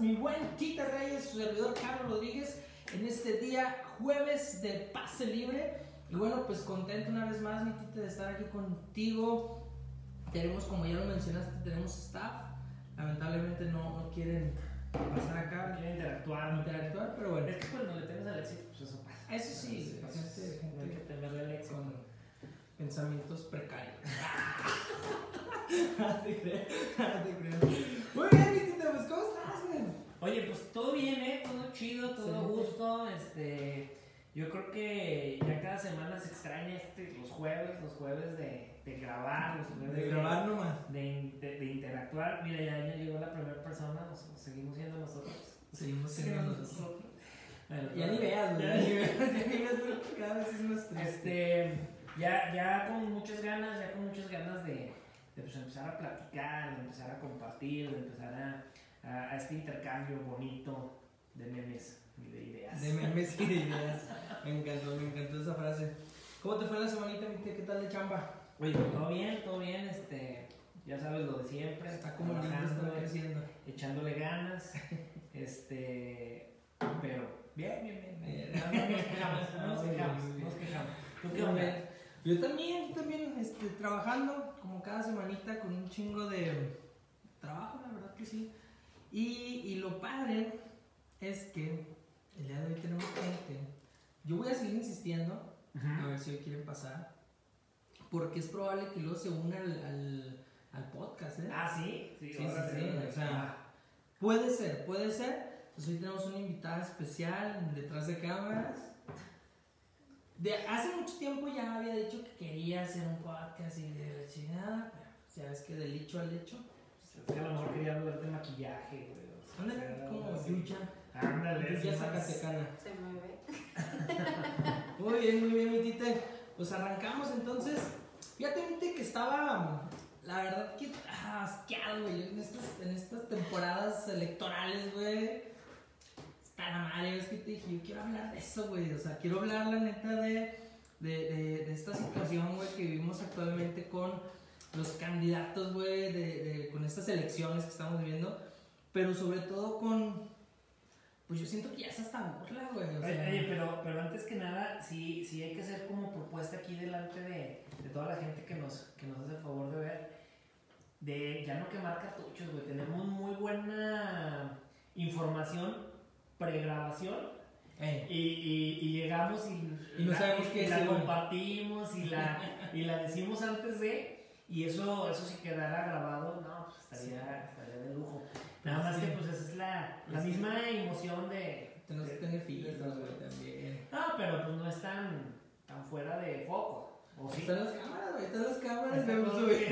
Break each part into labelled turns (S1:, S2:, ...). S1: mi buen Tite Reyes, su servidor Carlos Rodríguez, en este día jueves de pase libre. Y bueno, pues contento una vez más, mi Tite, de estar aquí contigo. Tenemos, como ya lo mencionaste, tenemos staff. Lamentablemente no, no quieren pasar acá,
S2: Quieren interactuar, no
S1: interactuar, pero bueno.
S2: Es que cuando le temes al éxito, pues eso pasa. este
S1: Eso sí,
S2: Entonces,
S1: gente- gente-
S2: no hay que temerle al éxito.
S1: con pensamientos precarios. Te creo, te creo. Muy bien, mi Tita, pues ¿cómo estás, güey?
S2: Oye, pues todo bien, ¿eh? Todo chido, todo a
S1: Sí.
S2: gusto. Este, yo creo que ya cada semana se extraña este, los jueves, los jueves de, de grabar, los jueves
S1: De grabar nomás.
S2: De, de- de interactuar. Mira, ya, ya llegó la primera persona, nos, nos seguimos siendo nosotros.
S1: Seguimos
S2: Siendo
S1: siendo nosotros.
S2: nosotros. Bueno,
S1: Ya ni veas, güey.
S2: ya
S1: Ya
S2: ni
S1: ni veas, ya ni veas, güey, que cada vez es más triste.
S2: Este, ya, ya con muchas ganas, ya con muchas ganas de, de, pues, empezar a platicar, de empezar a compartir, de empezar a, a- a este intercambio bonito de memes y de ideas.
S1: De memes y de ideas. Me encantó, me encantó esa frase. ¿Cómo te fue la semanita, mi Tita? ¿Qué tal de chamba?
S2: Oye, pues, todo bien, todo bien, este, ya sabes lo de siempre,
S1: Está como el libro está
S2: trabajando,
S1: creciendo.
S2: echándole ganas, este, pero bien, bien, bien,
S1: Bien.
S2: bien. No, no nos quejamos, no nos
S1: Muy bien,
S2: quejamos,
S1: muy
S2: no nos
S1: bien.
S2: quejamos. ¿Tú qué
S1: Yo
S2: onda?
S1: también- Yo también, yo también, este, trabajando como cada semanita con un chingo de trabajo, la verdad que sí. Y, y lo padre es que el día de hoy tenemos gente. Yo voy a seguir insistiendo, a
S2: Ujú.
S1: ver si hoy quieren pasar, porque es probable que luego se unan al, al, al podcast, ¿eh?
S2: Ah, sí, sí, Ah.
S1: Sí,
S2: ahora
S1: sí,
S2: sí,
S1: sí,
S2: ahora
S1: o
S2: sí.
S1: sea, Puede ser, puede ser. Entonces hoy tenemos una invitada especial detrás de cámaras. De, hace mucho tiempo ya había dicho que quería hacer un podcast y de la chingada, pero pues, ya ves que del hecho al hecho.
S2: Pues, Es que a lo mejor quería hablar de maquillaje, güey. o sea,
S1: Ándale,
S2: era
S1: como
S2: algo así.
S1: Yuya.
S2: Ándale,
S1: Yuya
S2: es más-
S1: Zacatecana.
S3: Se mueve.
S1: Muy bien, muy bien, mi tite. Pues arrancamos entonces. Fíjate, mi Tite, que estaba, la verdad que ah, asqueado, güey. En estas, en estas temporadas electorales, güey. Está la madre, es que te dije, yo quiero hablar de eso, güey. O sea, quiero hablar, la neta, de, de, de- de esta situación, güey, que vivimos actualmente con los candidatos, güey, de- de- con estas elecciones que estamos viviendo. Pero sobre todo con. Pues yo siento que ya es hasta burla, güey. o
S2: Oye,
S1: sea.
S2: oye, pero, pero antes que nada, sí, sí hay que hacer como propuesta aquí delante de, de toda la gente que nos, que nos hace el favor de ver, de ya no quemar cartuchos, güey. Tenemos muy buena información, pregrabación,
S1: Ey.
S2: y, y, y llegamos y,
S1: Y no
S2: la-
S1: sabemos
S2: y
S1: qué
S2: la
S1: decir, güey.
S2: compartimos y la, y la decimos antes de y eso eso si quedara grabado no pues estaría, estaría de lujo nada más
S1: Sí.
S2: que pues esa es la, la
S1: Es que-
S2: misma emoción de
S1: Tenemos que
S2: de-
S1: tener
S2: de-
S1: filtros, güey, también.
S2: no pero pues no es tan, tan fuera de foco o sí
S1: Están las cámaras, güey, están las cámaras,
S2: Está
S1: vemos,
S2: todo
S1: güey.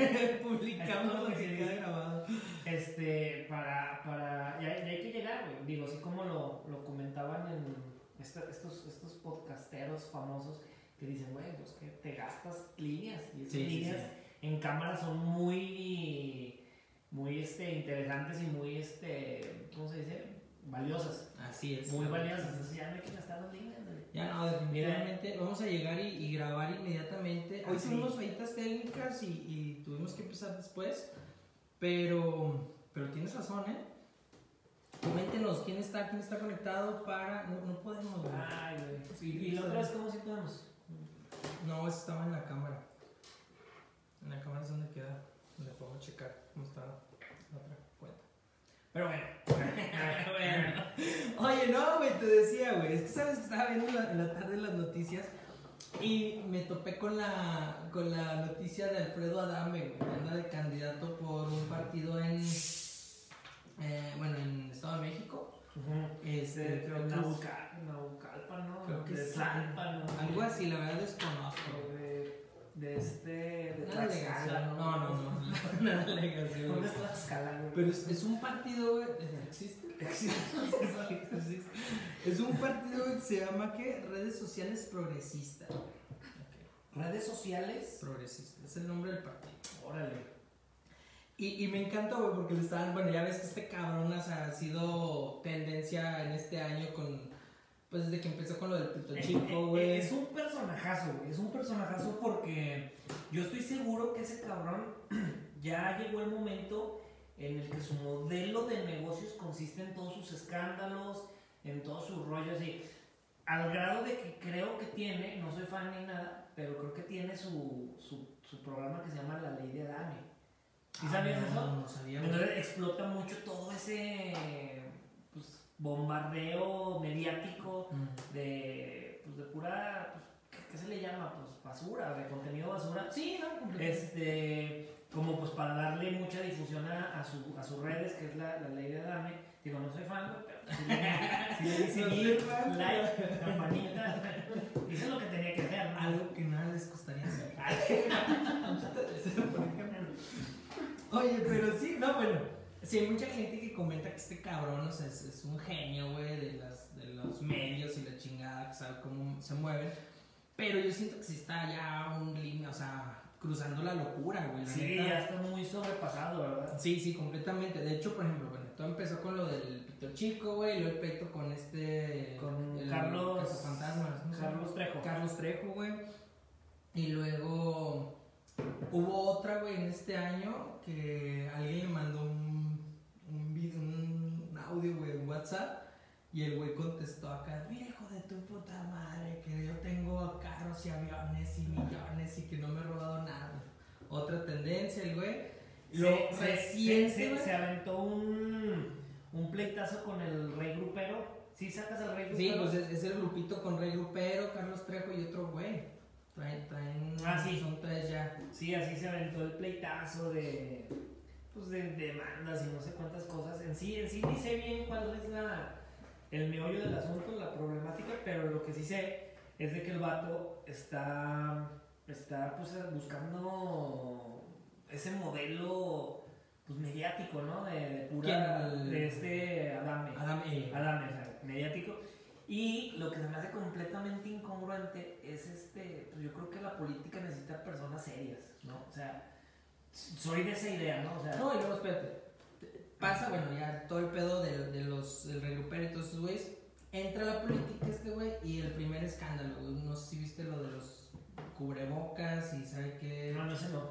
S2: Está
S1: Publicamos
S2: todo
S1: lo que
S2: bien.
S1: queda grabado.
S2: este para para ya, ya hay que llegar güey digo así como lo, lo comentaban en esta- estos estos podcasteros famosos que dicen güey pues que te gastas líneas y esas
S1: Sí, sí,
S2: líneas en cámara son muy muy este interesantes y muy este cómo se dice valiosas
S1: Así es.
S2: muy valiosas entonces ya no hay que gastar las líneas güey.
S1: Ya no, definitivamente vamos a llegar y, y grabar inmediatamente. Hoy
S2: Así.
S1: tuvimos fallitas técnicas y, y tuvimos que empezar después. Pero, pero tienes razón, ¿eh? Coméntenos quién está, quién está conectado para. No, no podemos, güey.
S2: ay güey
S1: Sí,
S2: y la
S1: sí.
S2: otra es como si podemos
S1: No, eso estaba en la cámara. En la cámara es donde queda, donde podemos checar cómo está la otra cuenta. Pero bueno, bueno. Oye, no, güey, te decía, güey, es que sabes que estaba viendo la- en la tarde las noticias y me topé con la, con la noticia de Alfredo Adame, güey, que anda de candidato por un partido en, eh, bueno, en Estado de México. Este,
S2: este
S1: creo que es-
S2: Nauca- Naucalpan no
S1: Creo que
S2: De
S1: sí.
S2: Tlalpan, ¿no?
S1: algo así, la verdad desconozco.
S2: de, de este. de
S1: Una
S2: Tlaxcala,
S1: alegación, no, no, no, una alegación.
S2: ¿Dónde es Tlaxcala, güey?
S1: Pero es, es un partido, güey. ¿Existe? Existe. es un partido güey, que se llama ¿qué? Redes Sociales Progresistas.
S2: Redes sociales.
S1: Progresista, es el nombre del partido.
S2: Órale.
S1: Y, y me encantó, güey, porque le estaban. Bueno, ya ves que este cabrón o sea, ha sido tendencia en este año con. Pues desde que empezó con lo del puto chico, güey.
S2: Eh, Es un personajazo, güey, Es un personajazo porque yo estoy seguro que ese cabrón ya llegó el momento en el que su modelo de negocios consiste en todos sus sus escándalos, en todos sus rollos y al grado de que creo que tiene, no soy fan ni nada, pero creo que tiene su, su, su programa que se llama La Ley de Adame. ¿Sí
S1: Ah,
S2: sabías
S1: no,
S2: eso?
S1: No sabía. güey.
S2: Entonces explota mucho todo ese pues, bombardeo mediático
S1: Mm.
S2: de, pues, de pura, pues, ¿qué, qué se le llama? Pues basura, de contenido basura.
S1: Sí, no, completamente.
S2: Este, como pues para darle mucha difusión a, a su- a sus redes, que es la, la ley de Adame. Digo, no soy fan, güey, pero si le di
S1: No
S2: seguir,
S1: soy fan.
S2: like, campanita, hice lo que tenía que hacer, ¿no?
S1: Algo que nada les costaría hacer.
S2: Ah,
S1: Ustedes, por ejemplo. Oye, pero sí, no, bueno. Sí, hay mucha gente que comenta que este cabrón o sea, es, es un genio, güey, de, las- de los medios y la chingada, que sabe cómo se mueven. Pero yo siento que sí está ya un límite, o sea, cruzando la locura, güey. la
S2: Sí,
S1: neta.
S2: ya está muy sobrepasado, ¿verdad?
S1: Sí, sí, completamente. De hecho, por ejemplo, bueno, todo empezó con lo del pito chico, güey, y luego el peito con este...
S2: Con
S1: el
S2: Carlos,
S1: cazafantasmas, ¿no?
S2: Carlos Trejo.
S1: Carlos Trejo, güey. Y luego hubo otra, güey, en este año que alguien le mandó un, un video, un audio, güey, en WhatsApp. Y el güey contestó acá, mira hijo de tu puta madre, que yo tengo carros y aviones y millones y que no me he robado nada. Otra tendencia, el güey. Lo
S2: Se- se-
S1: reciente,
S2: se, se,
S1: güey.
S2: se aventó un, un pleitazo con el rey grupero. ¿Sí sacas al rey
S1: Sí,
S2: grupero?
S1: pues es, es el grupito con Rey Grupero, Carlos Trejo y otro güey. Traen, traen,
S2: Ah, sí.
S1: son tres ya.
S2: Sí, así se aventó el pleitazo de pues de demandas y no sé cuántas cosas. En sí, en sí ni sé bien cuál es la el meollo del asunto, la problemática, pero lo que sí sé es de que el vato está está pues buscando ese modelo pues mediático, ¿no? De, de pura
S1: ¿Quién?
S2: de este Adame.
S1: Adam Eva.
S2: Adame, o sea, mediático. Y lo que se me hace completamente incongruente es este, pues yo creo que la política necesita personas serias, ¿no? O sea, soy de esa idea, ¿no? O sea,
S1: No, y luego espérate. Pasa, bueno, ya todo el pedo de, de los, del regrupero y todos esos güeyes. Entra la política este güey y el primer escándalo, güey. No sé si viste lo de los cubrebocas y sabe que.
S2: no, no sé, no.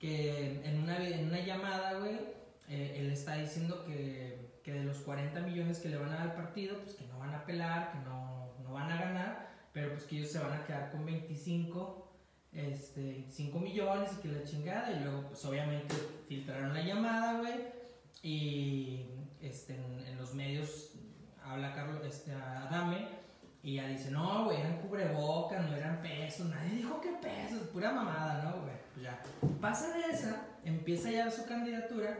S1: Que en una, vi- en una llamada, güey, eh, él está diciendo que, que de los 40 millones que le van a dar al partido, pues que no van a pelar, que no, no van a ganar, pero pues que ellos se van a quedar con 25. Este, 25 millones y que la chingada, y luego, pues obviamente filtraron la llamada, güey. Y este, en, en los medios habla Carlos este, Adame y ya dice, no, güey, eran cubrebocas, no eran pesos, nadie dijo que pesos, pura mamada, ¿no, güey? Pues ya. Pasa de esa, empieza ya su candidatura,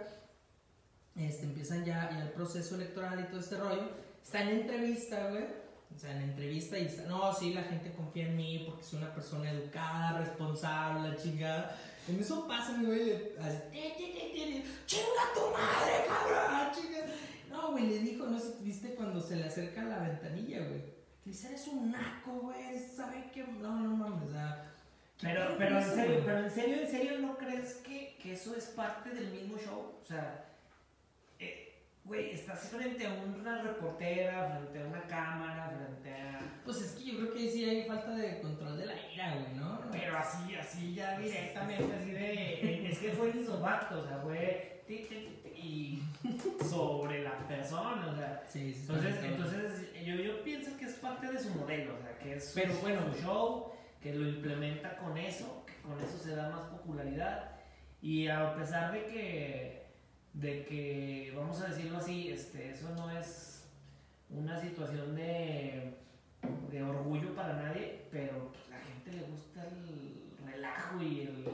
S1: este, empiezan ya, ya el proceso electoral y todo este rollo. Está en entrevista, güey. O sea, en entrevista y está, no, sí, la gente confía en mí porque soy una persona educada, responsable, la chingada. En eso pasa, mi güey, le- así, ti, ti, ti, ti, ti, chinga tu madre, cabrón, chinga. No, güey, le dijo, no sé, viste cuando se le acerca a la ventanilla, güey. Le dice, eres un naco, güey, sabe que, no, no mames, o sea. ¿qué
S2: Pero,
S1: pedo
S2: pero
S1: con
S2: en
S1: eso,
S2: serio,
S1: güey?
S2: pero en serio, en serio, ¿no crees que, que eso es parte del mismo show? O sea, eh, güey, estás frente a una reportera, frente a una cámara, frente a...
S1: Pues es que yo creo que ahí sí hay falta de control de la ira, güey, ¿no?
S2: Pero así, así ya directamente, así de. eh, Es que fue el sobato, o sea, fue. ti, ti, ti, ti, Y sobre la persona, o sea.
S1: Sí, sí,
S2: Entonces,
S1: sí.
S2: entonces yo, yo pienso que es parte de su modelo, o sea, que es
S1: Pero
S2: su-
S1: bueno.
S2: su show, que lo implementa con eso, que con eso se da más popularidad. Y a pesar de que, de que vamos a decirlo así, este, eso no es una situación de, de orgullo para nadie, pero pues, la gente le gusta el relajo y, el,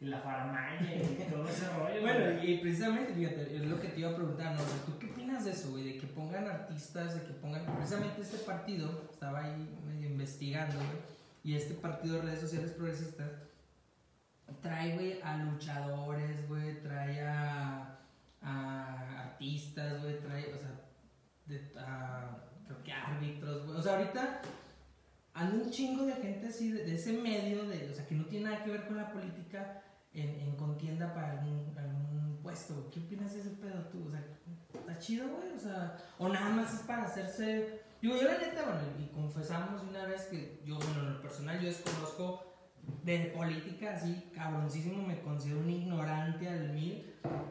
S2: y la faramalla y todo ese rollo.
S1: Bueno,
S2: ¿no?
S1: y precisamente, fíjate, es lo que te iba a preguntar, ¿no? O sea, ¿Tú qué opinas de eso, güey? De que pongan artistas, de que pongan. Precisamente este partido, estaba ahí medio investigando, güey, y este partido de redes sociales progresistas trae, güey, a luchadores, güey, trae a, a artistas, güey, trae, o sea, de, a, creo que árbitros, güey. O sea, ahorita anda un chingo de gente así, de, de ese medio, de, o sea, que no tiene nada que ver con la política en, en contienda para algún, algún puesto. ¿Qué opinas de ese pedo tú? O sea, ¿está chido, güey? O sea, o nada más es para hacerse... Digo, yo la neta, bueno, y confesamos una vez que yo, bueno, en lo personal, yo desconozco de política así, cabroncísimo, me considero un ignorante al mil.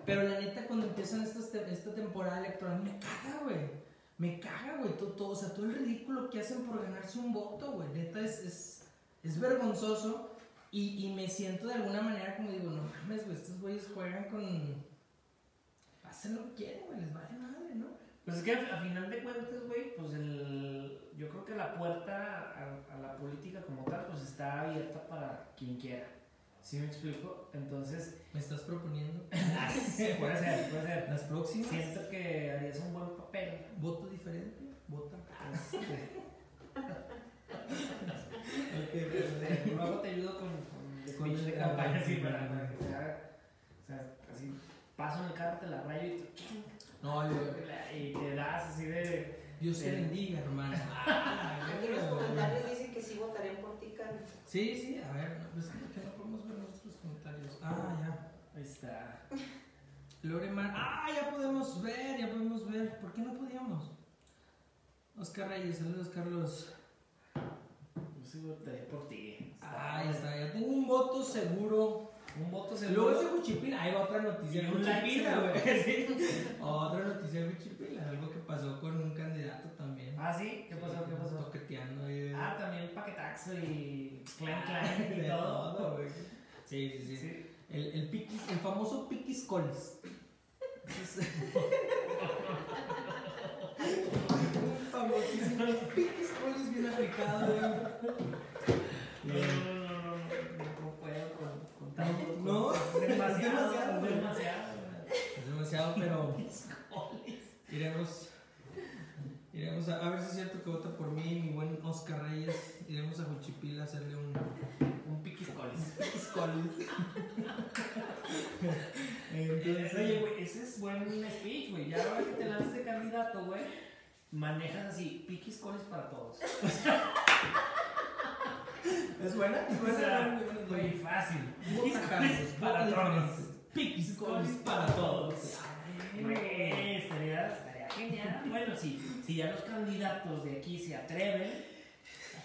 S1: Pero la neta, cuando empiezan estas te- esta temporada electoral, me caga, güey. Me caga, güey, todo, todo, o sea, todo el ridículo que hacen por ganarse un voto, güey. Neta, es, es, es vergonzoso. Y, y me siento de alguna manera como digo, no mames, güey, estos güeyes juegan con. Hacen lo que quieren, güey, les vale madre, ¿no?
S2: Pues es que a final de cuentas, güey, pues el, yo creo que la puerta a, a la política como tal, pues está abierta para quien quiera. ¿Sí me explico? Entonces,
S1: Me estás proponiendo
S2: puede ser, puede ser.
S1: las próximas.
S2: Siento que harías un buen papel.
S1: Voto diferente, vota.
S2: Este,
S1: Ok,
S2: de- luego te ayudo con, con el
S1: Con
S2: speech
S1: el-
S2: de campaña,
S1: ah,
S2: sí,
S1: sí,
S2: para,
S1: sí.
S2: para que sea, o sea, así, paso en el carro, te la rayo y tú,
S1: No, yo,
S2: y te das así de...
S1: Dios te
S2: Sí.
S1: bendiga, hermano. Ah,
S3: Aquí en los comentarios dicen que sí votarían por ti, Carlos.
S1: Sí, sí, a ver, no, pues que no podemos ver nuestros comentarios. Ah, ya.
S2: Ahí está.
S1: Loremar. Ah, ya podemos ver, ya podemos ver. ¿Por qué no podíamos? Oscar Reyes, saludos, Carlos.
S2: Yo sí votaría por ti.
S1: Ah, ya está, ya tengo un voto seguro.
S2: Un voto
S1: Luego
S2: seguro.
S1: ese Juchipila, ahí va otra noticia.
S2: Y
S1: de
S2: un like
S1: Juchipila,
S2: seguro.
S1: güey. Sí. Otra noticia de Juchipila, algo que pasó con un candidato también.
S2: Ah, sí. ¿Qué pasó? ¿Qué pasó?
S1: Toqueteando ahí. de-
S2: Ah, también paquetaxo y clan clan y
S1: Ah, de
S2: todo.
S1: todo, güey. Sí, sí, sí.
S2: Sí.
S1: El, el, piquis- el famoso piquis colis. Un famosísimo piquis colis bien aplicado. güey.
S2: No, no, no, no, no, no puedo con, con tanto.
S1: No,
S2: con- es demasiado.
S1: demasiado.
S2: Es demasiado.
S1: Es demasiado, pero iremos. Iremos a, a ver si es cierto que vota por mí, mi buen Oscar Reyes. Iremos a Juchipila a hacerle un
S2: Un piquiscolis.
S1: piquis colis. Entonces,
S2: Oye, güey, ese es buen speech, güey. Ya ahora que te lanzas de candidato, güey, manejas así piquiscolis para todos.
S1: ¿es buena? ¿Es
S2: O sea,
S1: buena? Muy buena.
S2: güey, fácil.
S1: Piquiscolis para todos. Piquiscolis para todos.
S2: Güey, Eh, Estaría, estaría genial. Bueno, si, si ya los candidatos de aquí se atreven,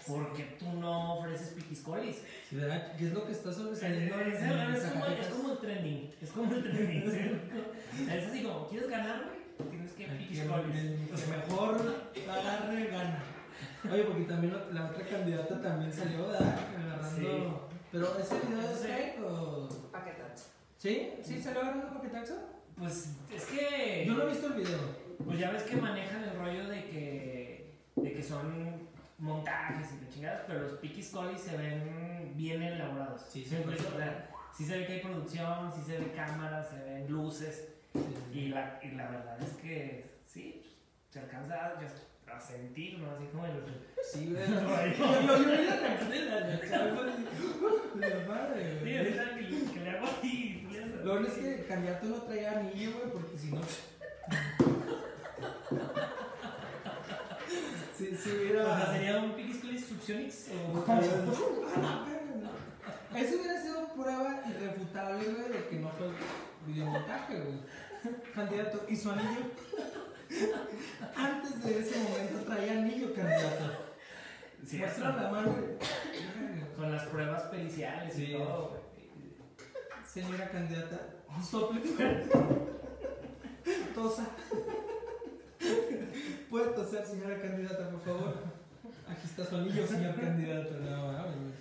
S2: ¿por qué tú no ofreces piquiscolis?
S1: Sí, ¿verdad? ¿Qué es lo que está
S2: Es,
S1: sobresaliendo?
S2: es-
S1: en
S2: es
S1: esa
S2: como, es
S1: jeta?
S2: como el trending. Es como el trending. ¿sí? Es así como, ¿quieres ganar, güey? Tienes que
S1: El que,
S2: piquiscolis.
S1: el que mejor agarre gana. Oye, porque también lo- la otra candidata también salió, ¿verdad? Agarrando. Pero ese video es
S2: Sí.
S1: fake o.
S3: Paquetaxo.
S1: ¿Sí? ¿Sí salió agarrando paquetaxo?
S2: Pues es que.
S1: Yo no he visto el video.
S2: Pues ya ves que manejan el rollo de que, de que son montajes y de chingadas, pero los Piquis Colis se ven bien elaborados.
S1: Sí,
S2: ¿Me
S1: sí,
S2: explico?
S1: sí.
S2: O sea, sí se ve que hay producción, sí se ve cámaras, se ven luces. Y la, y la verdad es que sí, se alcanza a, a sentir, ¿no? Así como el.
S1: Sí, güey.
S2: Ay,
S1: Yo yo- yo vi la reacción de la- la chava, y- la madre,
S2: Sí,
S1: güey.
S2: ahorita que, le- que le hago así. le hago así.
S1: Lo bueno es que el candidato no traía anillo, güey, porque si no. sí, sí,
S2: O
S1: mira.
S2: sea, sería un Piquis Colis Subsionix o.
S1: Eso hubiera sido prueba irrefutable, güey, de que no fue videomontaje, güey. Candidato, ¿y su anillo? Antes de ese momento traía anillo, candidato.
S2: Sí,
S1: Muestra la mano. güey.
S2: Con las pruebas periciales y
S1: Sí.
S2: todo, güey.
S1: Señora candidata, sople fuerte. Tosa. Puede toser, señora candidata, por favor. Aquí está su anillo, señor candidato. No, mames, güey.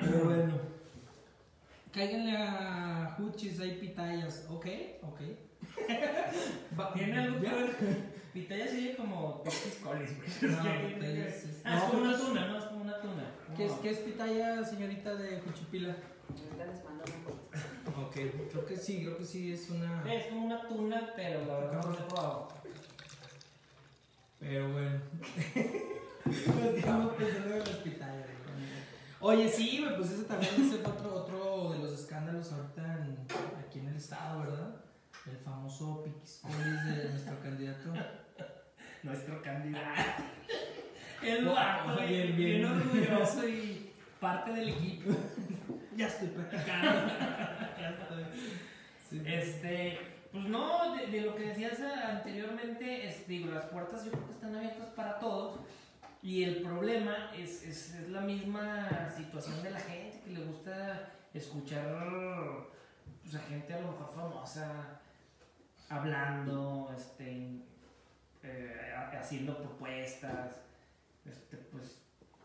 S1: Pero bueno. Cáiganle a Juchis, hay pitayas. Ok, ok. Va-
S2: Tiene algo que
S1: ¿Ya?
S2: ver. Pitaya se oye como Pepsis Colis, güey.
S1: No,
S2: ¿Qué-
S1: pitaya
S2: qué-
S1: es- es-
S2: Ah, es
S1: no,
S2: como una
S1: es-
S2: tuna, ¿no? Es como una tuna.
S1: ¿Qué es,
S2: No.
S1: ¿Qué es pitaya, señorita de Juchipila?
S3: Ahorita les mando un foto.
S1: Ok, creo que sí, creo que sí es una.
S2: Es como una tuna, pero la verdad no lo he probado.
S1: Pero bueno. Nos quedamos pensando en el hospital. Oye, sí, güey, pues ese también es otro, otro de los escándalos ahorita en- aquí en el estado, ¿verdad? El famoso piquiscolis de nuestro candidato.
S2: Nuestro candidato. Eduardo,
S1: Bien,
S2: bien, bien,
S1: bien.
S2: orgulloso y parte del equipo.
S1: Ya estoy practicando. ya estoy. Sí.
S2: Este. Pues no, de, de lo que decías anteriormente, es, digo, las puertas yo creo que están abiertas para todos. Y el problema es, es, es la misma situación de la gente que le gusta escuchar pues, a gente a lo mejor famosa hablando, este, eh, a- haciendo propuestas, este, pues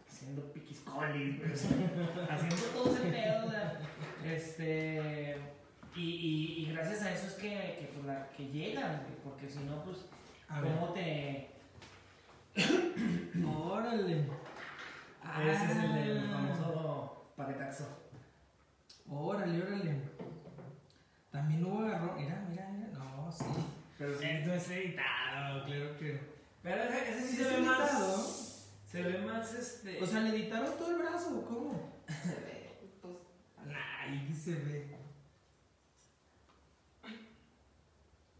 S2: haciendo piquiscolis, güey, o sea, haciendo todo ese pedo. o sea, Este, y, y- y gracias a eso es que, que, pues, la- que llegan, güey, porque si no, pues,
S1: A ver.
S2: ¿cómo te...?
S1: Órale.
S2: Ese es el del
S1: Ah.
S2: famoso paquetaxo.
S1: Órale, órale. También hubo agarrón. Mira, mira, mira. No, sí.
S2: Pero sí,
S1: Esto es editado, claro que.
S2: pero ese, ese sí
S1: Sí,
S2: se ve
S1: es editado.
S2: más... Se ve más, este...
S1: O sea, le editaron todo el brazo, o ¿cómo?
S3: Se ve, pues,
S1: Nah, ahí se ve.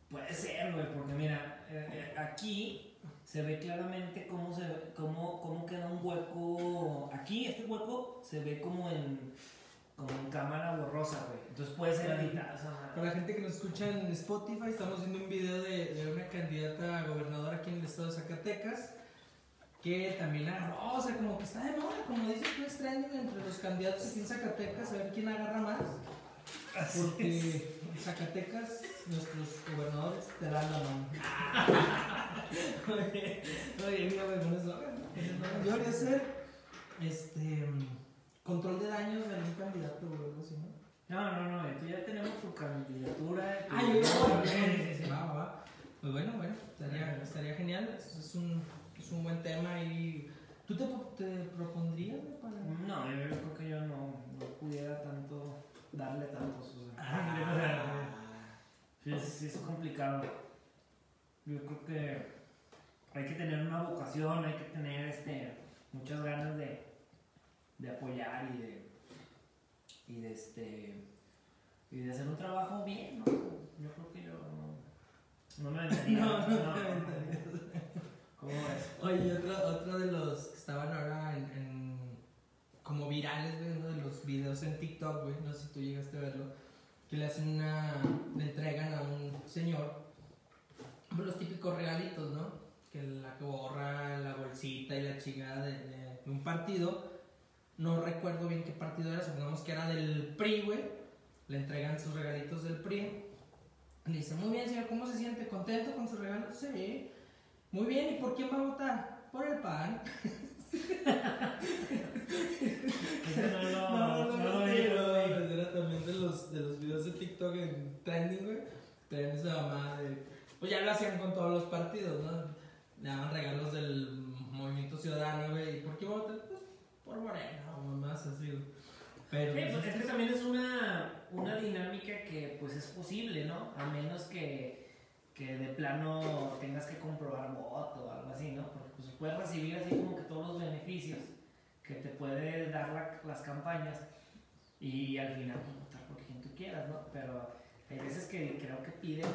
S2: Puede ser, güey, porque mira, eh, eh, aquí se ve claramente cómo, se, cómo, cómo queda un hueco. Aquí, este hueco se ve como en, como en cámara borrosa, güey. Entonces puede ser editado esa madre.
S1: Para la gente que nos escucha en Spotify, estamos viendo un video de, de una candidata a gobernadora aquí en el estado de Zacatecas. Que también agarró, o sea, como que está de moda, como dices tú, extraño entre los candidatos aquí en Zacatecas, a ver quién agarra más. Porque en Zacatecas, nuestros gobernadores te dan la mano. Oye, oye, mira, güey, buen eslogan, ¿no? Buen eslogan. Yo haría ser este, control de daños de algún candidato o algo así, ¿no?
S2: No, no, no, güey, tú ya tenemos tu candidatura. eh, tu-
S1: Ah, yo
S2: Sí, sí, sí.
S1: Va, va, va. Pues bueno, bueno, estaría, estaría genial. Es, es un, es un buen tema y. ¿Tú te, po- te propondrías güey, para.?
S2: No, yo creo que yo no, no pudiera tanto darle tantos. O sea,
S1: Ah,
S2: Sí, es, sí es complicado. Yo creo que hay que tener una vocación, hay que tener este, muchas ganas de, de apoyar y de, y de este y de hacer un trabajo bien, ¿no? Yo creo que yo no, no me aventaría.
S1: No, no te aventarías.
S2: ¿Cómo es?
S1: Oye, y otro, otro de los que estaban ahora en, en- como virales, güey, uno de los videos en TikTok, güey, no sé si tú llegaste a verlo, que le hacen una, le entregan a un señor pues, los típicos regalitos, ¿no? Que la gorra, la bolsita y la chingada de, de- de un partido, no recuerdo bien qué partido era, supongamos que era del PRI, güey, le entregan sus regalitos del PRI, le dice, muy bien señor, ¿cómo se siente? ¿Contento con sus regalos? Sí. Muy bien, ¿y por quién va a votar? Por el pan.
S2: Ese Este no lo- no lo
S1: sí,
S2: vi,
S1: no,
S2: no lo vi.
S1: no, Era también de los, de los videos de TikTok en trending, güey. Traen esa mamá de. Pues ya lo hacían con todos los partidos, ¿no? Le daban regalos del movimiento ciudadano, güey. ¿Y por qué va a votar? Pues por Morena o mamás así, güey. Pero.
S2: Sí, pues, es que también es una, una dinámica que pues es posible, ¿no? A menos que, que de plano tengas que comprobar voto o algo así, ¿no? Porque pues puedes recibir así como que todos los beneficios que te puede dar la- las campañas y al final pues, votar por quien tú quieras, ¿no? Pero hay veces que creo que piden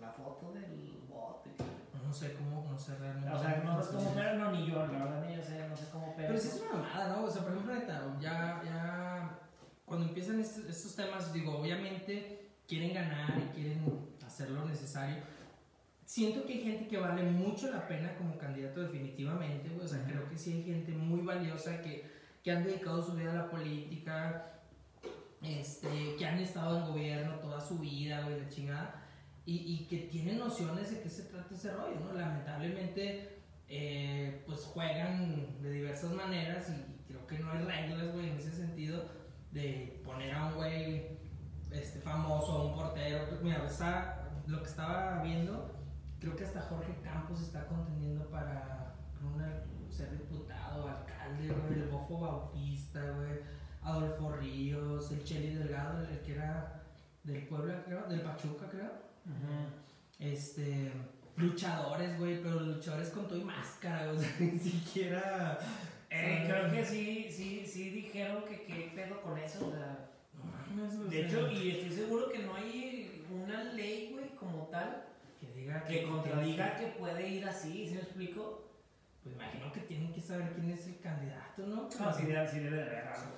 S2: la foto del voto. y-
S1: No sé cómo, no sé realmente.
S2: O sea, no sé cómo
S1: pero.
S2: pero no, ni yo, la verdad, ni yo sé, no sé cómo pero...
S1: sí es una mamada, ¿no? O sea, por ejemplo, neta, ya. ya cuando empiezan estos, estos temas, digo, obviamente quieren ganar y quieren hacer lo necesario. Siento que hay gente que vale mucho la pena como candidato definitivamente, güey. O sea,
S2: Ajá.
S1: creo que sí hay gente muy valiosa que, que han dedicado su vida a la política, este, que han estado en gobierno toda su vida, güey, la chingada. Y, y que tienen nociones de qué se trata ese rollo, ¿no? Lamentablemente, eh, pues juegan de diversas maneras y creo que no hay reglas, güey, en ese sentido de poner a un güey este, famoso, a un portero. Mira, está, lo que estaba viendo, creo que hasta Jorge Campos está contendiendo para una- ser diputado, alcalde, güey, el Bofo Bautista, güey, Adolfo Ríos, el Cheli Delgado, el que era del Puebla, creo, del Pachuca, creo. Este, luchadores, güey, pero luchadores con todo y máscara, güey, o sea, ni siquiera.
S2: Eh, creo que sí, sí, sí dijeron que qué pedo con eso, o sea...
S1: No mames, güey, o
S2: De
S1: sea,
S2: hecho, y estoy seguro que no hay una ley, güey, como tal,
S1: que diga
S2: que contradiga que puede ir así, ¿sí me explico?
S1: Pues imagino que tienen que saber quién es el candidato, ¿no?
S2: debe, Ah, sí debe de haber algo.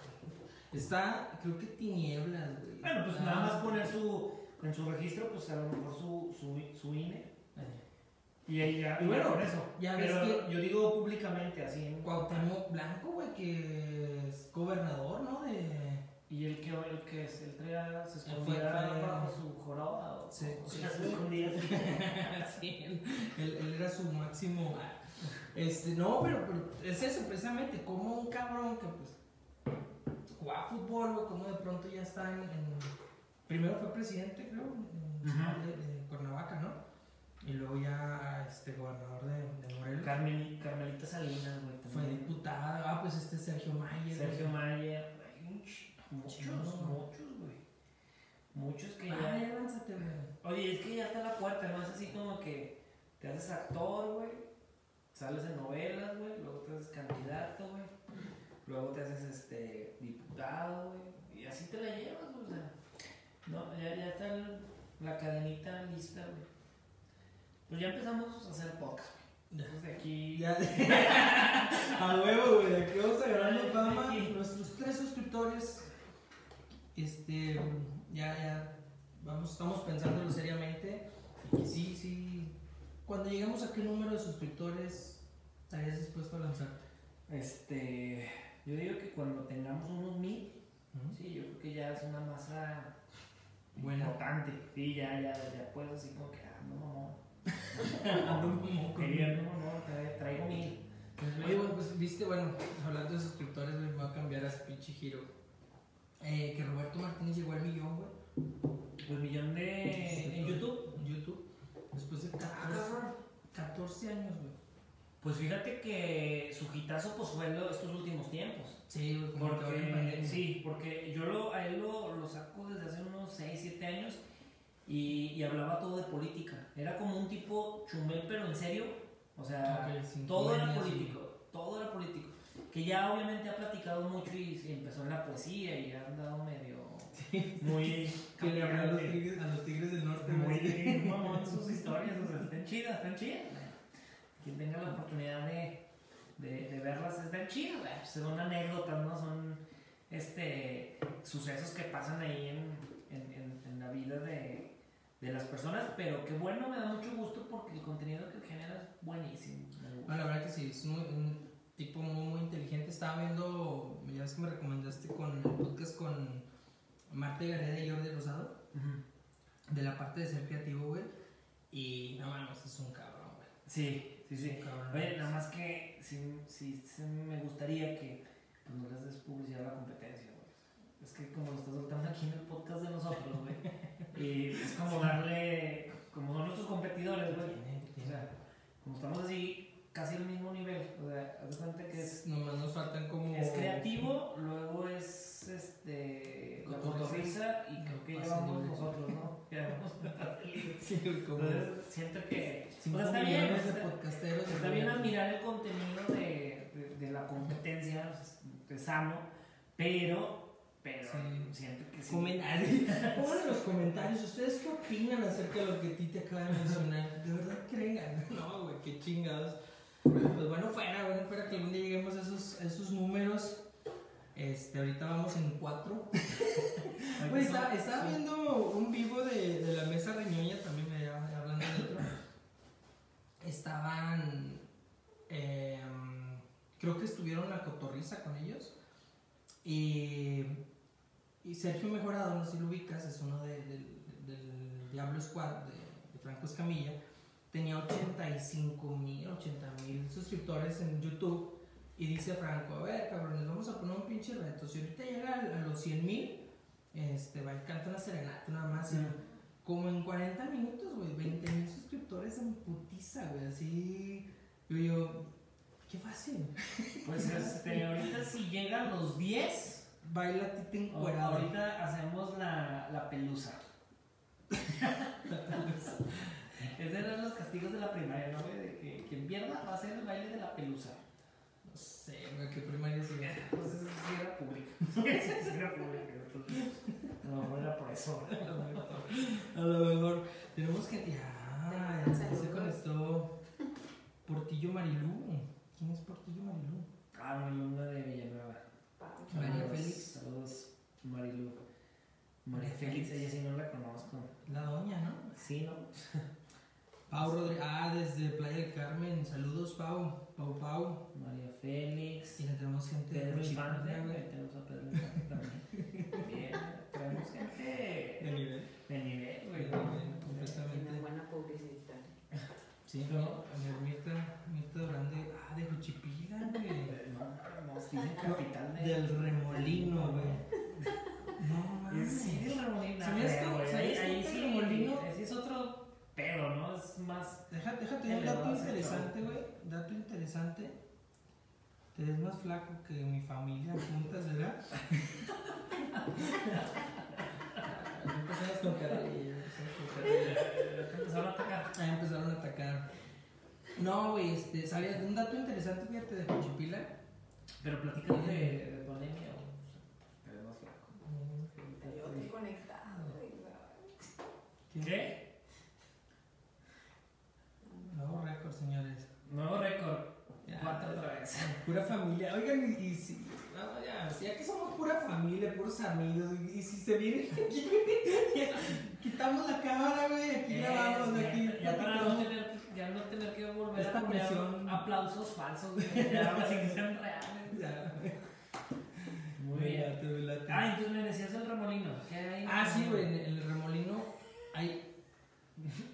S1: Está, creo que tinieblas, güey.
S2: Bueno, pues
S1: Está-
S2: nada más poner su, en su registro, pues a lo mejor su, su, su INE. Y ahí ya,
S1: Y bueno,
S2: por eso.
S1: ya ves
S2: Pero
S1: que-
S2: yo digo públicamente, así. ¿no?
S1: Cuauhtémoc Blanco, güey, que es gobernador, ¿no? De,
S2: ¿Y el que, el que es? ¿El eh. traía se
S1: fue-
S2: escondiera
S1: fue-
S2: bajo su joroba? O,
S1: Sí,
S2: o
S1: sí,
S2: las
S1: sí.
S2: escondidas?
S1: Sí, él, él- él era su máximo. Este, no, pero, pero es eso, precisamente, como un cabrón que pues jugaba fútbol, güey, como de pronto ya está en, en- primero fue presidente, creo, en-
S2: Ujú.
S1: de, de Cuernavaca, ¿no? Y luego ya este gobernador de, de Morelos.
S2: Carmen- Carmelita Salinas, güey.
S1: Fue
S2: también.
S1: diputada. Ah, pues este Sergio Mayer.
S2: Sergio
S1: güey.
S2: Mayer. Hay un ch- Muchos,
S1: Chingón.
S2: muchos, güey. Muchos que ya.
S1: Ay, lánzate, güey.
S2: Oye, es que ya está la puerta, ¿no? Es así como que te haces actor, güey. Sales en novelas, güey. Luego te haces candidato, güey. Luego te haces este, diputado, güey. Y así te la llevas, güey, o sea. No, ya, ya está el- la cadenita lista, güey. Pues ya empezamos a hacer podcast,
S1: Ya.
S2: güey. Entonces de aquí.
S1: Ya A huevo, güey. de Aquí vamos agarrando fama.
S2: Sí.
S1: Nuestros tres suscriptores. Este. Ya, ya. Vamos, estamos pensándolo seriamente. Y sí, sí. Cuando lleguemos a qué número de suscriptores estarías dispuesto a lanzarte.
S2: Este. Yo digo que cuando tengamos unos mil, sí, yo creo que ya es una masa.
S1: Buena.
S2: importante. Sí, ya, ya, ya puedo así como que, ah, no, no,
S1: Ando como con-
S2: quería, no, no, tra- traigo mil. Entonces,
S1: Oye,
S2: luego,
S1: güey, pues viste, bueno, hablando de suscriptores, güey, me voy a cambiar a su pinche giro. Eh, que Roberto Martínez llegó al millón, güey.
S2: pues millón de Eh, en YouTube.
S1: En YouTube. Después de 14, 14 años, güey.
S2: Ah, Pues fíjate que su hitazo pues fue lo- estos últimos tiempos.
S1: Sí, güey, como que ahora en
S2: Porque,
S1: pandemia.
S2: sí, porque yo lo, a él lo, lo saco desde hace unos 6, 7 años y, y hablaba todo de política. Era como un tipo chumel, pero en serio. O sea,
S1: Ok, sin
S2: Todo era
S1: comedias,
S2: político, todo era político. Que ya obviamente ha platicado mucho y se empezó en la poesía y ha andado medio. Muy.
S1: sí. Que le habló a los tigres, a los tigres del norte, güey.
S2: Muy mamón sus historias, o sea, están chidas, están chidas. Quien tenga la oportunidad de, de, de verlas, están chidas, güey. son anécdotas, ¿no? Son este, sucesos que pasan ahí en, en, en- en la vida de, de las personas, pero que bueno, me da mucho gusto porque el contenido que genera es buenísimo. me gusta.
S1: No, la verdad que sí, es muy- un tipo muy, muy inteligente. Estaba viendo, ya ves que me recomendaste con el podcast con Marta Gareda y Jordi Rosado,
S2: Ujú.
S1: de la parte de ser creativo, güey. Y no mames, es un cabrón, güey.
S2: Sí, sí, sí.
S1: Un cabrón.
S2: Oye, nada más que sí, sí, sí me gustaría que pues, no les des publicidad a la competencia, güey. Es que como lo estás soltando aquí en el podcast de nosotros, güey. y es como darle, como son nuestros competidores, güey.
S1: Tiene-
S2: O
S1: tiene-
S2: sea, como estamos así, casi al mismo nivel. O sea, haz de cuenta que es,
S1: es- Nomás nos faltan como.
S2: es creativo, luego es este la
S1: Cotorriza.
S2: cotorriza y creo que
S1: Pasa
S2: llevamos
S1: de-
S2: nosotros, ¿no? Llevamos.
S1: Sí, güey, como.
S2: Entonces, siento que.
S1: cinco
S2: o sea, está Pues bien,
S1: millones de
S2: está-
S1: podcasteros.
S2: Está bien admirar el contenido de, de- de la competencia, de sano, pero, pero
S1: Sí.
S2: siento que sí.
S1: Comen- Pongan en los comentarios, ¿ustedes qué opinan acerca de lo que Titi acaba de mencionar? ¿De verdad creen? ganar? No, güey, qué chingados. Pues bueno, fuera, bueno, fuera que algún día lleguemos a esos, a esos números. Este, ahorita vamos en cuatro.
S2: Ay,
S1: Güey,
S2: que
S1: estaba,
S2: son-
S1: estaba
S2: sí.
S1: viendo un vivo de, de la mesa reñoña también, me llama- hablando de otro. Estaban. em, creo que estuvieron la cotorriza con ellos. Y, y Sergio Mejorado, no sé si lo ubicas, es uno de- del- del Diablo Squad de, de Franco Escamilla. Tenía 85 mil, 80 mil suscriptores en YouTube. Y dice Franco, a ver, cabrones, vamos a poner un pinche reto. Si ahorita llega a a los 100 mil, este, va a cantar una serenata nada más. y
S2: Mm.
S1: Como en 40 minutos, güey, 20 mil suscriptores en putiza, güey, así. Yo digo, qué fácil.
S2: Pues este, ahorita si llega a los 10,
S1: Baila tita
S2: o-
S1: encuerada.
S2: ahorita hacemos la, la pelusa. Ese eran los castigos de la primaria, ¿no? güey? De que quien pierda va a hacer el baile de la pelusa.
S1: No sé, güey, qué primaria sería.
S2: Pues eso sí era público. Sí era público. entonces, A lo mejor era por eso.
S1: A lo mejor. A lo mejor. Tenemos que. Ya, ya se conectó. Portillo Marilú. ¿Quién es Portillo Marilú?
S2: Ah, una alumna de Villanueva.
S1: María
S2: Saludos,
S1: Félix.
S2: Saludos, Marilu. María Félix, ella sí no la conozco.
S1: La doña, ¿no?
S2: Sí, ¿no?
S1: Pau Rodríguez. Ah, desde Playa del Carmen. Saludos, Pau. Pau, Pau.
S2: María Félix.
S1: Y le tenemos gente de ¿eh?
S2: Pedro
S1: Chipre,
S2: Infante,
S1: güey.
S2: güey, tenemos a Pedro Infante también. Bien, traemos gente
S1: De nivel.
S2: de nivel,
S1: De
S2: güey.
S1: nivel,
S3: Una
S1: completamente.
S3: buena publicidad.
S1: Sí, no. Mirta, Mirta Grande. Ah, de Juchipila, güey.
S2: No, no, sí, capital de...
S1: Del remolino, güey. No mames.
S2: Sí, de Remolino.
S1: ¿Sabías
S2: pero,
S1: tú-
S2: güey,
S1: sabías tú
S2: ahí
S1: que
S2: sí,
S1: Remolino-
S2: Ese es otro pedo, ¿no? Es más...
S1: Deja- Déjate un dato
S2: Elevado,
S1: interesante, güey. Dato interesante. Te ves más flaco que mi familia juntas, ¿verdad? Ya empezamos con carrilla, ya empezamos con carrilla.
S2: eh, Empezaron a atacar.
S1: Ahí empezaron a atacar. No, güey, este, ¿sabías? Un dato interesante, fíjate, de Cuchipila.
S2: Pero platícanos de, de pandemia, güey. Pues, Te ves más flaco.
S3: Yo estoy conectado. güey,
S2: ¿Qué?
S1: Nuevo récord, señores.
S2: Nuevo récord.
S1: Ya.
S2: Cuatro otra vez.
S1: Pura familia. Oigan, y, y si. no, ya, ya que somos pura familia, puros amigos, y, y si se viene aquí, ya, quitamos la cámara, güey, aquí
S2: Eh,
S1: grabamos,
S2: ya-
S1: aquí
S2: ya, para no
S1: platicamos.
S2: tener, ya no tener que volver
S1: Esta
S2: a poner
S1: presión.
S2: aplausos falsos, güey. Ya ahora sí que sean reales.
S1: Ya,
S2: Muy
S1: me
S2: bien.
S1: late, me late.
S2: Ah, entonces me decías el remolino. ¿Qué hay?
S1: Ah, sí, güey, en en el remolino hay.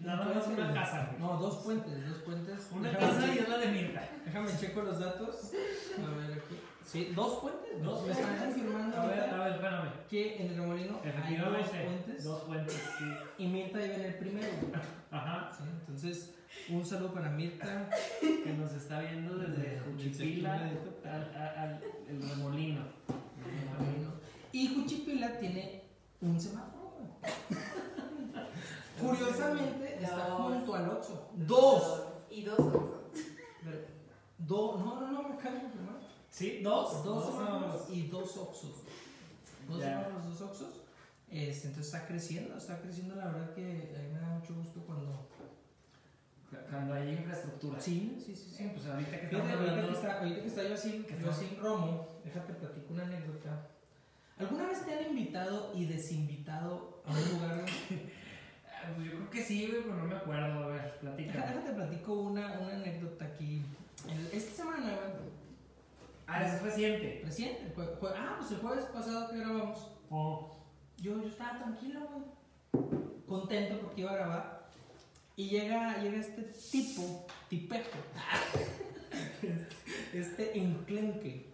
S2: Nada más una casa, güey.
S1: No, dos puentes, dos puentes.
S2: Una
S1: Déjame-
S2: casa y es la de Mirta.
S1: Déjame checo los datos. A ver aquí. Sí, dos puentes.
S2: Dos
S1: Me están
S2: puentes.
S1: confirmando
S2: A ver,
S1: ahorita
S2: a ver, espérame.
S1: que en el remolino hay dos
S2: Efectivamente,
S1: puentes.
S2: Dos puentes, sí.
S1: Y Mirta iba en el primero. güey.
S2: Ajá.
S1: Sí, entonces, un saludo para Mirta.
S2: Que nos está viendo desde
S1: Desde
S2: Juchipila
S1: Juchipila.
S2: al, al, al- el remolino. El remolino.
S1: Y Juchipila tiene un semáforo. güey. Curiosamente, está
S3: Dos.
S1: junto al Oxxo.
S3: güey.
S1: ¡Dos!
S3: Y dos osos.
S1: Pero, do- no, no, no, me callo, ¿no?
S2: Sí, dos.
S1: Dos semáforos y dos Oxxos. Dos
S2: Ya.
S1: semáforos, dos Oxxos. Este, entonces está creciendo, está creciendo. La verdad que a mí me da mucho gusto cuando.
S2: Cuando hay infraestructura.
S1: Sí, sí, sí,
S2: Sí,
S1: sí.
S2: pues ahorita que estamos
S1: Fíjate, ahorita que,
S2: hablando.
S1: está, ahorita que está yo así,
S2: Que
S1: yo
S2: está-
S1: así en Romo, déjate platico una anécdota. ¿Alguna vez te han invitado y desinvitado a un lugar? güey?
S2: Ah, Pues yo creo que sí, güey, pero no me acuerdo. A ver,
S1: Deja-
S2: platica.
S1: Déjate platico una, una anécdota aquí. El- esta semana, güey,
S2: Ah, es reciente.
S1: recién, el jue- jue- ah, pues el jueves pasado que grabamos,
S2: Oh.
S1: yo, yo estaba tranquilo, güey. Contento porque iba a grabar. Y llega, llega este tipo, tipejo. este enclenque.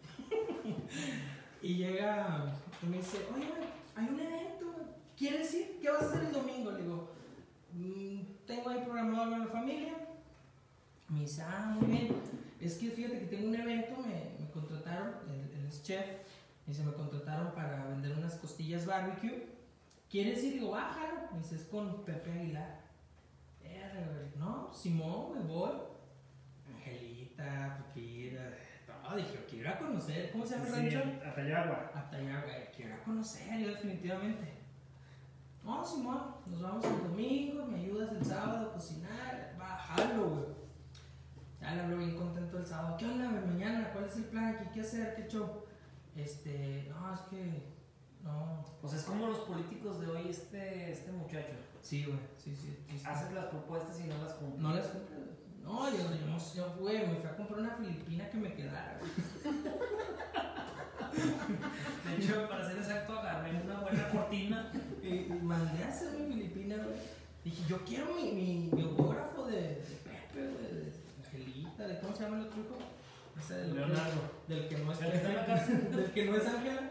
S1: y llega y me dice, oye, güey, hay un evento, güey. ¿quieres ir? ¿Qué vas a hacer el domingo? Le digo, "Mm, tengo ahí programado algo en la familia. Me dice, ah, muy bien. Es que fíjate que tengo un evento, me, me contrataron, él, él es chef, y se me contrataron para vender unas costillas barbecue. ¿Quieres ir? Digo, bájalo. Me dice, es con Pepe Aguilar. Verga, güey. No, Simón, me voy. Angelita, Pupira, todo. Dije, quiero ir a conocer. ¿Cómo se llama el
S2: Sí,
S1: rancho?
S2: a Tallagua.
S1: Hasta allá, güey, eh, quiero ir a conocer, yo definitivamente. No, Simón, nos vamos el domingo, me ayudas el sábado a cocinar, bájalo, güey. Ya le hablo bien contento el sábado. ¿Qué onda, güey? Mañana, ¿cuál es el plan aquí? ¿Qué hacer? ¿Qué show? Este, no, es que. No.
S2: O sea, es como los políticos de hoy, este, este muchacho.
S1: Sí, güey, sí, sí. sí, sí.
S2: Haces las propuestas y no las cumples.
S1: No les compré, güey. No, yo, yo, no sé, yo, güey, me fui a comprar una filipina que me quedara, güey.
S2: De hecho, para ser exacto, agarré una buena cortina.
S1: Y y mandé a hacer mi Filipina, güey. Dije, yo quiero mi, mi, mi autógrafo de, de Pepe, güey, de Angelita, de cómo se llama el otro hijo. Ese del,
S2: Leonardo.
S1: del que no es
S2: El que está en la
S1: Pepe, del que no es Ángela,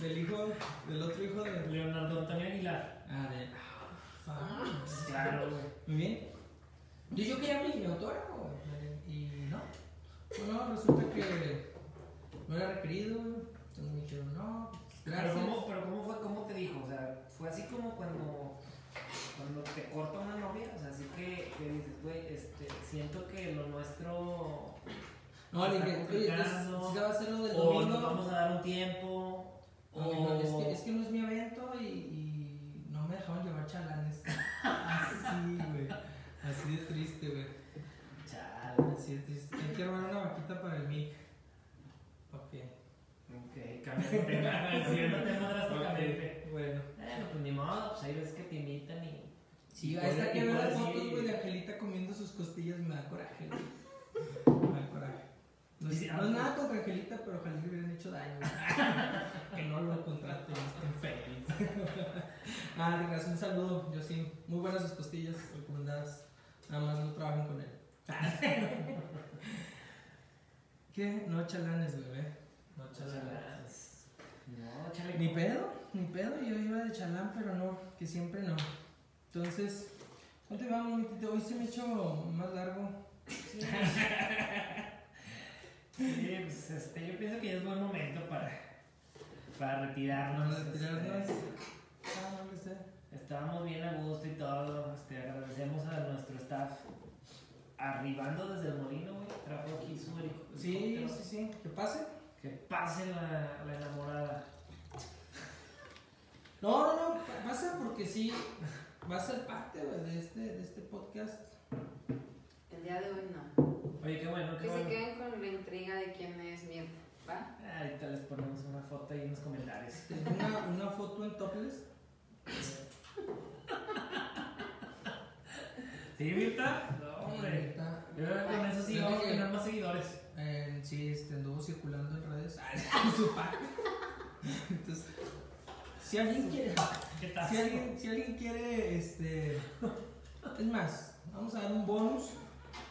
S1: del hijo, del otro hijo de.
S2: Leonardo Antonio Aguilar. Pues
S1: Ah, de. Ah,
S2: Claro, güey.
S1: Muy bien. Yo, yo quería mi, mi autógrafo, güey. Y no. Bueno, resulta que no era requerido, güey. Entonces me dijeron, no, pues,
S2: Pero
S1: gracias.
S2: ¿cómo, pero ¿cómo fue? ¿Cómo te dijo? O sea, fue así como cuando, cuando te corta una novia. O sea, así que, que dices, güey, este, siento que lo nuestro.
S1: No, le dije,
S2: Está
S1: oye, entonces,
S2: complicado.
S1: si se va a hacer Pues lo del
S2: O
S1: domingo.
S2: nos vamos a dar un tiempo.
S1: No,
S2: o...
S1: no, es, que, es que no es mi evento y, y no me dejaban llevar chalanes. Así, güey. Así de triste, güey.
S2: Chale.
S1: Así de triste. Hay que armar una vaquita para el mic. Ok.
S2: Ok, cambiando de tema, cambiando de tema drásticamente.
S1: Ok, Bueno.
S2: Bueno, pues ni modo, pues hay veces que te imitan y
S1: Sí,
S2: Y
S1: ahí está
S2: por-
S1: que
S2: y
S1: ver
S2: por
S1: las
S2: así-
S1: fotos, güey, de Angelita comiendo sus costillas me da coraje, güey. Me da coraje. No es, no es nada contra Angelita, pero ojalá le hubieran hecho daño. güey. que no lo contraten, este, estén feliz. ah, de gracias, un saludo, yo sí. Muy buenas sus costillas, recomendadas. Nada más no trabajen con él. ¿Qué? No chalanes, bebé. No chalanes.
S2: No, pues, chale.
S1: Ni
S2: no.
S1: pedo, ni pedo, yo iba de chalán, pero no, que siempre no. Entonces, ¿dónde vamos, mi tito? Hoy se me echó más largo.
S2: Sí, pues este, yo pienso que ya es buen momento para, para retirarnos.
S1: Para retirarnos.
S2: este,
S1: Ah, no sé.
S2: Estábamos bien a gusto y todo. Este, agradecemos a nuestro staff. Arribando desde el molino, güey. Trajo aquí su helicóptero.
S1: Sí, sí, sí, que pase.
S2: Que pase la, la enamorada.
S1: No, no, no, pa- pasa porque sí, va a ser parte, güey, de este, de este podcast.
S3: El día de hoy no.
S2: Oye, qué bueno, qué
S3: Que se
S2: bueno.
S3: queden con la intriga de quién es Mirta, ¿va?
S2: Ah, Ahorita les ponemos una foto ahí en los comentarios.
S1: Tengo Este, Una, una foto en topless.
S2: ¿Sí, Mirta? No, hombre.
S1: Ahorita,
S2: Yo creo que con eso sí
S1: Creo
S2: vamos a
S1: que-
S2: tener más seguidores.
S1: Eh, sí, este, anduvo circulando en redes. Ah, su pack. Entonces, si alguien quiere.
S2: ¿Qué tal?
S1: Si alguien, si alguien quiere, este. Es más, vamos a dar un bonus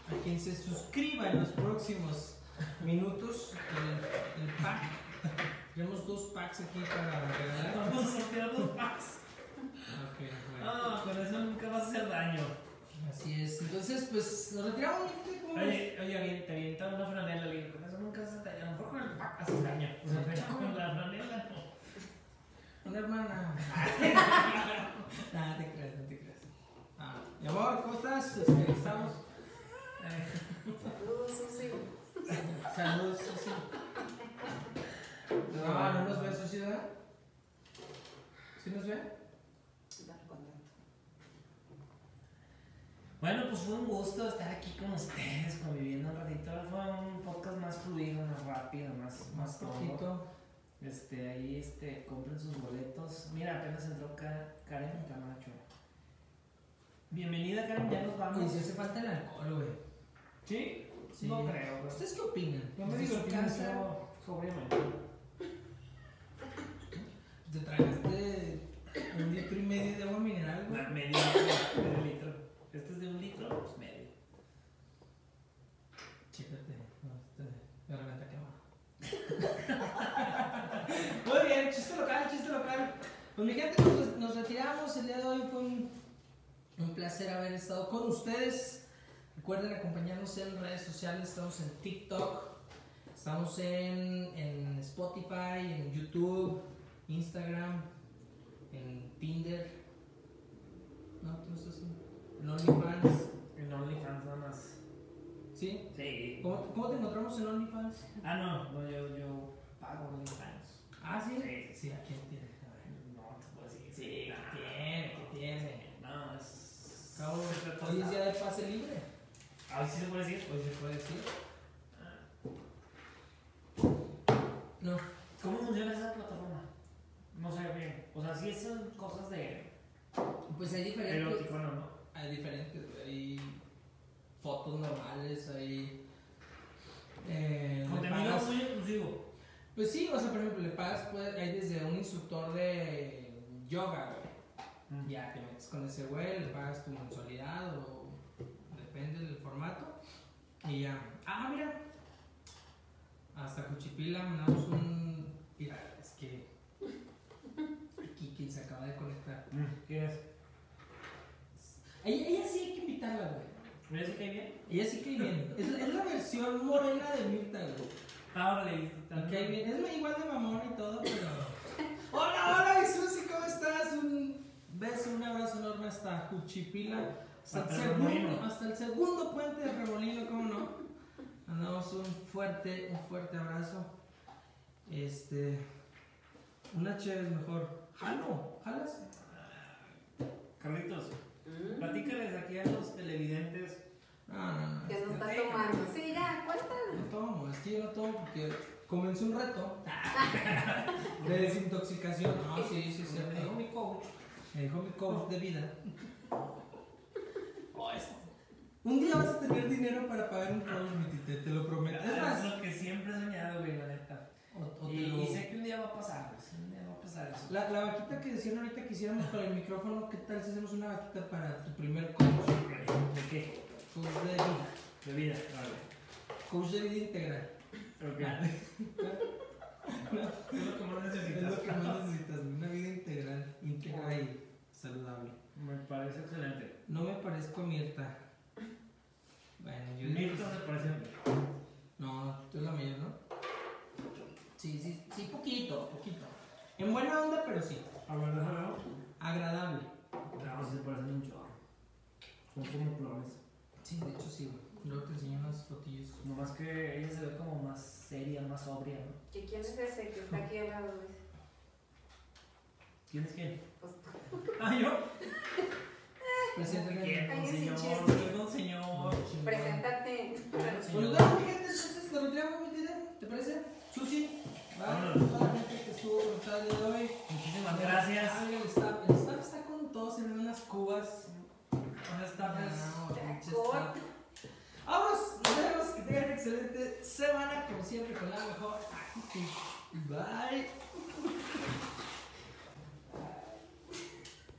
S1: a quien se suscriba en los próximos minutos en el, el pack. Tenemos dos packs aquí para regalar.
S2: Vamos a sortear dos packs.
S1: Ok, bueno.
S2: No, con eso nunca vas a hacer daño.
S1: Así es. Entonces, pues nos retiramos. mi gente, ¿cómo ves?
S2: Oye, oye, bien, te avienta una franela, le digo, con eso nunca haces daño. A lo mejor con el pack haces daño. O sea, pero con la franela no.
S1: Una hermana. Nada, te creas, no te creas. Ah, mi amor, ¿cómo estás? Este, Estamos.
S2: Ay,
S3: Saludos, Susi.
S1: Saludos, Susi. No, no nos ve, Susi, ¿verdad? ¿Sí nos ve?
S3: Dar contento.
S2: Bueno, pues fue un gusto estar aquí con ustedes, conviviendo un ratito. Ahora Fue un podcast más fluido, más rápido, más,
S1: Más
S2: más todo.
S1: poquito.
S2: Este, ahí este, compren sus boletos. Mira, apenas entró Ka- Karen Camacho. Bienvenida, Karen, ya nos
S1: Y si
S2: vamos.
S1: hace falta el alcohol, güey.
S2: ¿Sí?
S1: Sí.
S2: No creo, güey.
S1: ¿Ustedes qué opinan?
S2: Yo me
S1: ¿Desde
S2: digo
S1: su casa
S2: casa, sobriamente.
S1: te tragaste un litro y medio de agua mineral, güey.
S2: Una medio litro, medio litro. Este es de un litro, pues medio.
S1: Chécate, no, este, la garganta quemada. Muy bien, chiste local, chiste local. Pues mi gente, nos, nos retiramos. El día de hoy fue un, un placer haber estado con ustedes. Recuerden acompañarnos en redes sociales. Estamos en TikTok, estamos en, en Spotify, en YouTube, Instagram, en Tinder. No, tú no estás en en OnlyFans.
S2: En OnlyFans nada más.
S1: ¿Sí?
S2: Sí.
S1: ¿Cómo, cómo te encontramos en OnlyFans?
S2: Ah, no, no, yo, yo pago OnlyFans.
S1: Ah, sí.
S2: Sí,
S1: Sí, ¿a quién tiene? A ver.
S2: No, te puedo decir.
S1: Sí,
S2: no,
S1: que tiene, que tiene.
S2: No, es.
S1: Cabo,
S2: se trata
S1: hoy
S2: de-
S1: es día de pase libre.
S2: Ah, sí se puede decir.
S1: Hoy se puede decir. No.
S2: ¿Cómo funciona esa plataforma? No sé bien. O sea, sí son cosas de
S1: Pues hay diferentes.
S2: erótico, no, no.
S1: Hay diferentes. Hay fotos normales, hay. Eh, le
S2: Contenido
S1: pagas-
S2: muy exclusivo.
S1: Pues sí, o sea, por ejemplo, le pagas, pues, hay desde un instructor de yoga, güey.
S2: Mm.
S1: Ya te metes con ese güey, le pagas tu mensualidad o depende del formato. Y ya. Ah, mira. Hasta Cuchipila mandamos un. Mira, es que. Aquí quien se acaba de conectar.
S2: ¿Quién es?
S1: Ella, ella sí hay que invitarla, güey.
S2: ¿Me dice que hay bien?
S1: Ella sí cae bien. Es, la- es la versión morena de Mirta, güey.
S2: Ah, órale.
S1: Cae bien. Es la igual de mamón y todo, pero. ¡Hola, hola, mi Susi! ¿Cómo estás? Un beso, un abrazo enorme hasta Cuchipila. Hasta,
S2: Hasta
S1: el
S2: el
S1: segundo,
S2: remolino.
S1: hasta el segundo puente de Remolino, ¿cómo no? Mandamos un fuerte, un fuerte abrazo. Este. Una chévere es mejor. ¡Jalo! ¿Jalas?
S2: Carlitos,
S3: Mm.
S2: platícales aquí a los televidentes.
S1: No, no, no.
S3: Que no
S1: es
S3: está tomando. Sí, ya, cuéntale.
S1: que No tomo, es que yo no tomo porque comencé un reto de desintoxicación. No, sí, sí, sí.
S2: Me dijo mi coach.
S1: Me dijo mi coach de vida
S2: Oh,
S1: Un día vas a tener dinero para pagar un coach, mi tite, te lo prometo. Es
S2: Es
S1: más,
S2: lo que siempre he soñado, güey, la neta.
S1: o- o te
S2: Y,
S1: lo-
S2: y sé que un día va a pasar, güey. sí, Un día va a pasar eso.
S1: La, la vaquita que decían ahorita que hiciéramos para el micrófono, ¿qué tal si hacemos una vaquita para tu primer coach?
S2: ¿De qué?
S1: Coach de vida.
S2: De vida.
S1: Coach de vida integral.
S2: Ok. Es lo que más
S1: Es lo que
S2: necesitas.
S1: más necesitas, una vida integral, íntegra y saludable.
S2: Me parece excelente.
S1: No me parezco a Mirta. Bueno, yo
S2: Mirto se parece a mí.
S1: No, tú es la mía, ¿no? Sí, sí, sí, poquito, poquito. En buena onda, pero sí.
S2: A ver, déjame ver.
S1: Agradable.
S2: Claro, sí se parecen un chorro. Son como clones.
S1: Sí, de hecho sí, güey. Luego te enseño unas fotillas.
S2: Nomás que ella se ve como más seria, más sobria, ¿no?
S3: ¿Que ¿Quién es ese que está aquí al lado? güey?
S2: ¿Quién es quién?
S3: Pues tú.
S2: Ah, yo.
S1: Preséntale.
S2: ¿Quién?
S3: Ay,
S2: Un
S3: es sin
S2: señor.
S3: chiste.
S2: ¿Quién? Un señor.
S1: Chingón.
S3: Preséntate.
S1: Pues
S2: Señor.
S1: bueno, mi gente, entonces lo retiramos, mi tita. ¿Te parece? Susi, va,
S2: Vámonos.
S1: toda la gente que estuvo conectada el día de hoy.
S2: Muchísimas gracias.
S1: Ah, mira, el staff, el staff está con todos en unas cubas.
S2: Buenas tardes.
S1: Ah, No, pinche
S3: Con-
S1: staff. Vamos, nos vemos, que tengan excelente semana, como siempre, con la mejor actitud. Bye.